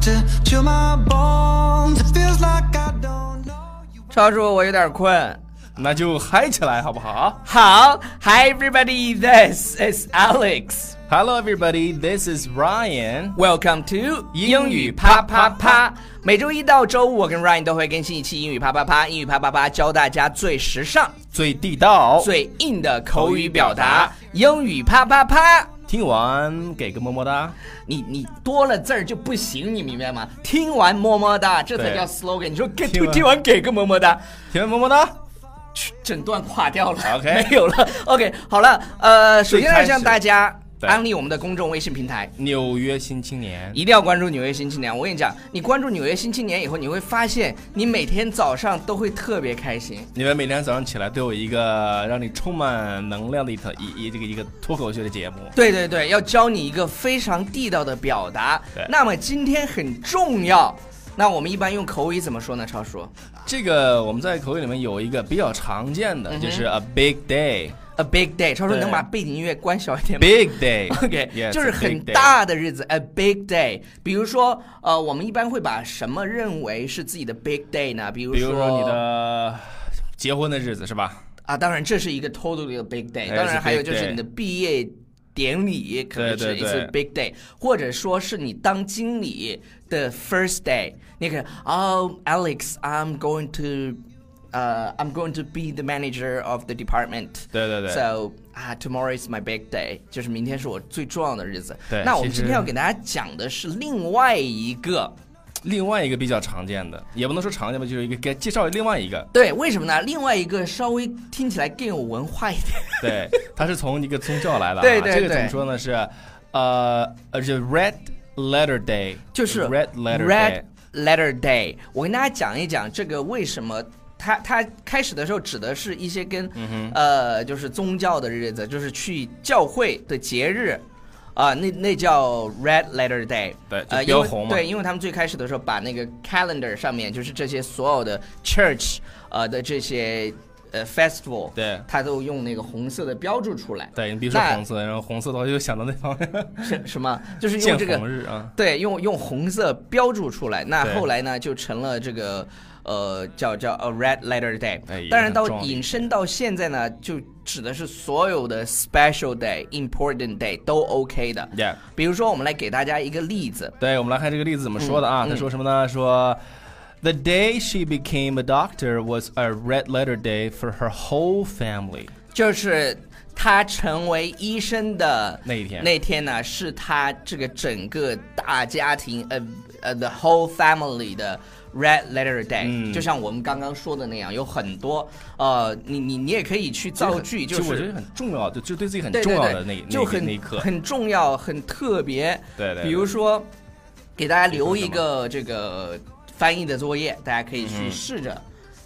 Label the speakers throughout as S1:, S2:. S1: to chill my bones. It feels like I don't know you.
S2: 超叔，我有点困。
S3: 那就嗨起来好不好
S2: 好，Hi everybody, this is Alex.
S3: ？Hello everybody, this is Ryan。
S2: Welcome to
S3: 英
S2: 英
S3: 语
S2: 语啪
S3: 啪
S2: 啪
S3: 啪啪
S2: 啪。每周一到周五，我跟 Ryan 都会更新一期英语啪啪啪。英语啪啪啪教大家最时尚、
S3: 最地道，
S2: 最硬的口语表达。英语啪啪啪，
S3: 听完给个么么哒。
S2: 你你多了字儿就不行，你明白吗？听完么么哒，这才
S3: 对
S2: 叫 slogan。你说给
S3: 听完
S2: 听完给个么么哒，
S3: 听完么么哒，
S2: 去整段垮掉了
S3: OK
S2: 没有了。OK，好了，呃，首先
S3: 最开
S2: 要
S3: 始
S2: 向大家
S3: 对
S2: 安利我们的公众微信平台。
S3: 纽约新青年。
S2: 一定要关注《纽约新青年》。我跟你讲，你关注《纽约新青年》以后，你会发现你每天早上都会特别开心。
S3: 你们每天早上起来都有一个让你充满能量的一套一一这个一个脱口秀的节目。
S2: 对对对，要教你一个非常地道的表达
S3: 对。
S2: 那么今天很重要。那我们一般用口语怎么说呢？超叔
S3: 这个我们在口语里面有一个比较常见的，
S2: 嗯哼
S3: 就是 a big day，big
S2: ，A big day。超叔，
S3: 对
S2: 你能把背景音乐关小一点吗
S3: day。
S2: OK，、
S3: Yes,
S2: 就是
S3: a big
S2: 很
S3: day
S2: 大的日子，a big day。比如说，呃，我们一般会把什么认为是自己的 big day 呢？比如
S3: 比如说你的结婚的日子是吧？
S2: 啊，当然这是一个 totally 的 big day，
S3: 哎
S2: 当
S3: 是
S2: 然还有
S3: big
S2: 就
S3: day
S2: 是你的毕业典礼可能
S3: 对
S2: 是
S3: 对
S2: 一次
S3: 对
S2: big day，或者说是你当经理的 first day，那个 Oh Alex，I'm going to，呃、i m going to be the manager of the department。
S3: 对对对
S2: So 啊、t o m o r r o w is my big day，就是明天是我最重要的日子。
S3: 对
S2: 那我们
S3: 其
S2: 今天要
S3: 实
S2: 给大家讲的是另外一个。
S3: 另外一个比较常见的，也不能说常见吧，就是一个给介绍另外一个，
S2: 对，为什么呢？另外一个稍微听起来更有文化一点。
S3: 对，它是从一个宗教来的啊，
S2: 对对
S3: 这个
S2: 对
S3: 怎么说呢？是呃呃，就 Red Letter Day，
S2: 就是
S3: Red Letter
S2: Red
S3: Day，
S2: Letter Day。我跟大家讲一讲这个为什么。它它开始的时候指的是一些跟、
S3: 嗯
S2: 呃就是宗教的日子，就是去教会的节日，啊、那那叫 Red Letter Day，
S3: 对就
S2: 呃，因
S3: 标
S2: 为
S3: 红嘛
S2: 对，因为他们最开始的时候把那个 calendar 上面就是这些所有的 church 呃的这些呃 festival，
S3: 对
S2: 它都用那个红色的标注出来，
S3: 对，你比如说
S2: 那
S3: 红色，然后红色的话就想到那方面，
S2: 什什么就是用
S3: 见
S2: 这个
S3: 红日啊，
S2: 对，用用红色标注出来。那
S3: 对
S2: 后来呢，就成了这个呃叫叫 a red letter day
S3: 哎也。
S2: 当然
S3: 很
S2: 到
S3: 壮丽
S2: 引申到现在呢，就指的是所有的 special day、important day 都 OK 的。
S3: Yeah
S2: 比如说，我们来给大家一个例子。
S3: 对，我们来看这个例子怎么说的啊？
S2: 嗯
S3: 他说什么呢？说。The day she became a doctor was a red letter day for her whole family。
S2: 就是他成为医生的
S3: 那一天
S2: 那天呢是他这个整个大家庭呃呃 the whole family 的 red letter day，、
S3: 嗯
S2: 就像我们刚刚说的那样，有很多呃，你你你也可以去造句，
S3: 其
S2: 哦就
S3: 实我觉
S2: 是
S3: 得。很重要，就就对自己很
S2: 对
S3: 重
S2: 对
S3: 要
S2: 对，
S3: 的那
S2: 就
S3: 那个
S2: 很
S3: 那一刻，
S2: 很重要，很特别。
S3: 对对对
S2: 比如说，给大家留一个这个翻译的作业，大家可以
S3: 嗯
S2: 去试着。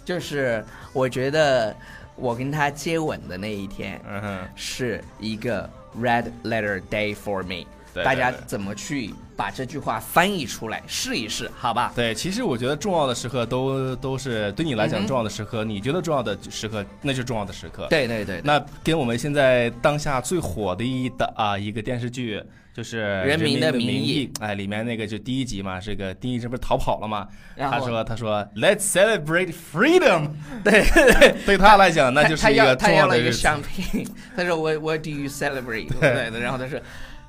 S2: 就是我觉得我跟他接吻的那一天，
S3: 嗯哼，
S2: 是一个 red letter day for me。
S3: 对对
S2: 大家
S3: 对
S2: 怎么去把这句话翻译出来，试一试，好吧？
S3: 对，其实我觉得重要的时刻都都是对你来讲重要的时刻，你觉得重要的时刻，那就重要的时刻。，
S2: 嗯对对对，
S3: 那跟我们现在当下最火的一的啊一个电视剧就是《
S2: 人民
S3: 民
S2: 的
S3: 名
S2: 名义》，
S3: 哎，里面那个就第一集嘛，这个第一集不是逃跑了嘛？
S2: 然
S3: 他
S2: 后
S3: 说他说 Let's celebrate freedom，对， 对他来讲那就
S2: 他
S3: 是一
S2: 要
S3: 个
S2: 他
S3: 重要
S2: 要了
S3: 的
S2: 一个
S3: 日子。
S2: 香槟，他说 What What do you celebrate？对对，然后他说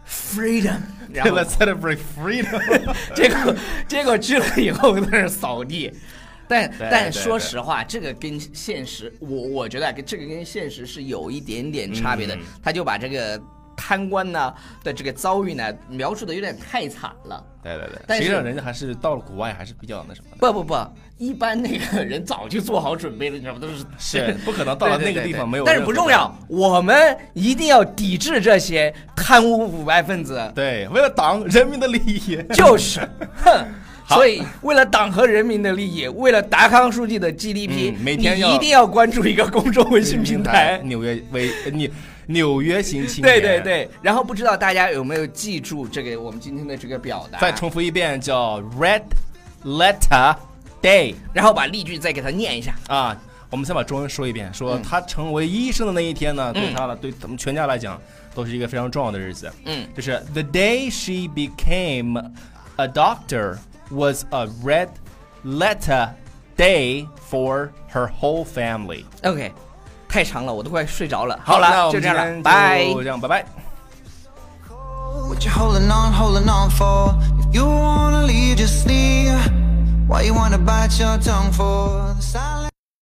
S2: freedom，然后
S3: Let's celebrate freedom，
S2: 结果结果去了以后在那儿扫地。但
S3: 对
S2: 但
S3: 对
S2: 说
S3: 对
S2: 实话，这个跟现实，我我觉得啊跟这个跟现实是有一点点差
S3: 嗯
S2: 别的。他就把这个贪官呢的这个遭遇呢描述的有点太惨了。
S3: 对对对，
S2: 但
S3: 实际
S2: 是
S3: 上人家还是到了国外还是比较那什么的。
S2: 不不不，一般那个人早就做好准备了，你知道吗？都是
S3: 是不可能到了那个地方没有
S2: 但是
S3: 任
S2: 不
S3: 何
S2: 重
S3: 的
S2: 要，我们一定要抵制这些贪污腐败分子。
S3: 对，为了党人民的利益，
S2: 就是，哼。所以，为了党和人民的利益，为了达康书记的 GDP，、
S3: 嗯每天要
S2: 你一定要关注一个公众微信平台。
S3: 纽约为纽纽约型青
S2: 对
S3: 年。
S2: 对，对，然后不知道大家有没有记住这个我们今天的这个表达，
S3: 再重复一遍，叫 Red Letter Day
S2: 然后把例句再给他念一下。
S3: 啊。我们先把中文说一遍，说
S2: 嗯
S3: 他成为医生的那一天呢，对他了，对咱们全家来讲，都是一个非常重要的日子。
S2: 嗯，
S3: 就是 The day she became a doctor was a red letter day for her whole family.
S2: OK，太长了，我都快睡着了。
S3: 好
S2: 了，
S3: 了，
S2: 就这样了，拜。
S3: 拜，就这样，拜拜。
S1: What you holding on, holding on for? If you wanna leave, just leave. Why you wanna bite your tongue for? The side